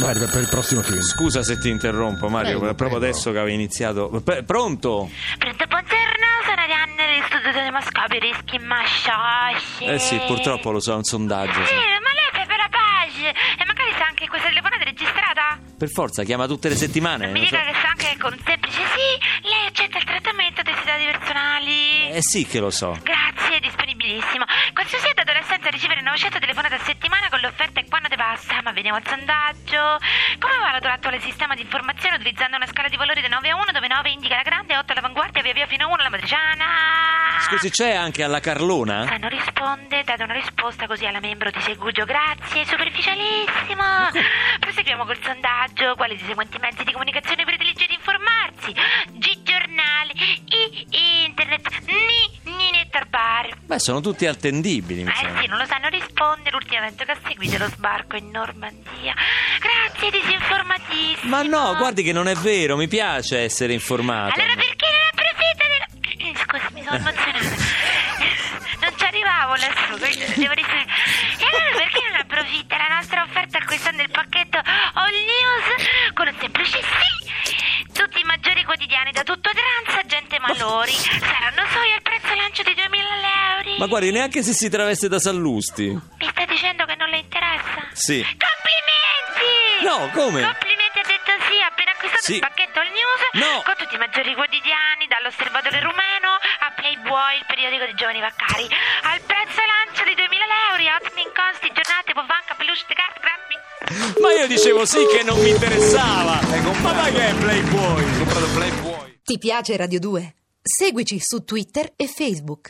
Vai per il prossimo film. Scusa se ti interrompo, Mario, Prego, proprio prego. adesso che avevi iniziato. P- pronto? Pronto, buongiorno, sono Arianna dell'Istituto di Mosca per Rischi Masciosci. Eh sì, purtroppo lo so, è un sondaggio. Sì, sì. ma lei è per la pace e magari sa anche questa telefonata registrata? Per forza, chiama tutte le settimane. Mi Eh, non so. dica che sa anche che con un semplice sì, lei accetta il trattamento dei dati personali. Eh sì che lo so. Grazie, è disponibilissimo. Questo sì è dato l'essenza a ricevere 900 telefonate a settimana con l'offerta in quando te basta, ma veniamo al sondaggio. Come valuto l'attuale sistema di informazione utilizzando una scala di valori da 9 a 1 dove 9 indica la grande, 8 l'avanguardia, via via fino a 1 la matriciana? Scusi, c'è anche alla Carlona? Se non risponde, date una risposta così alla membro di Segugio. Grazie, superficialissimo. Proseguiamo col sondaggio. Quali dei seguenti mezzi di comunicazione predilige di informarsi? G-giornale, I- internet, ni, ni net al bar. Beh, sono tutti attendibili, mi Eh sembra. sì, non lo sanno rispondere. L'ultimo evento che ha seguito è lo sbarco in Normandia. Grazie, disinformatissimo. Ma no, guardi che non è vero, mi piace essere informato. Allora perché non approfitta del... Scusi, mi sono emozionata. Non ci arrivavo adesso, quindi devo rispondere. E allora perché non approfitta la nostra offerta acquistando il pacchetto All News con un semplice sì? Tutti i maggiori quotidiani da tutto tranza, gente malori, saranno soli al prezzo lancio di 2000 euro. Ma guardi, neanche se si traveste da Sallusti. Mi sta dicendo che non le interessa? Sì. Complimenti! No, come? Complimenti ha detto sì, ha appena acquistato Sì. il pacchetto All News No. con tutti i maggiori quotidiani, dall'osservatore rumeno a Playboy, il periodico di giovani vaccari. Al prezzo lancio di 2000 euro, ottimi incosti, giornate, povanca, peluche, card, grammi. Ma io dicevo sì che non mi interessava. Ma dai che è Playboy? Ti piace Radio 2? Seguici su Twitter e Facebook.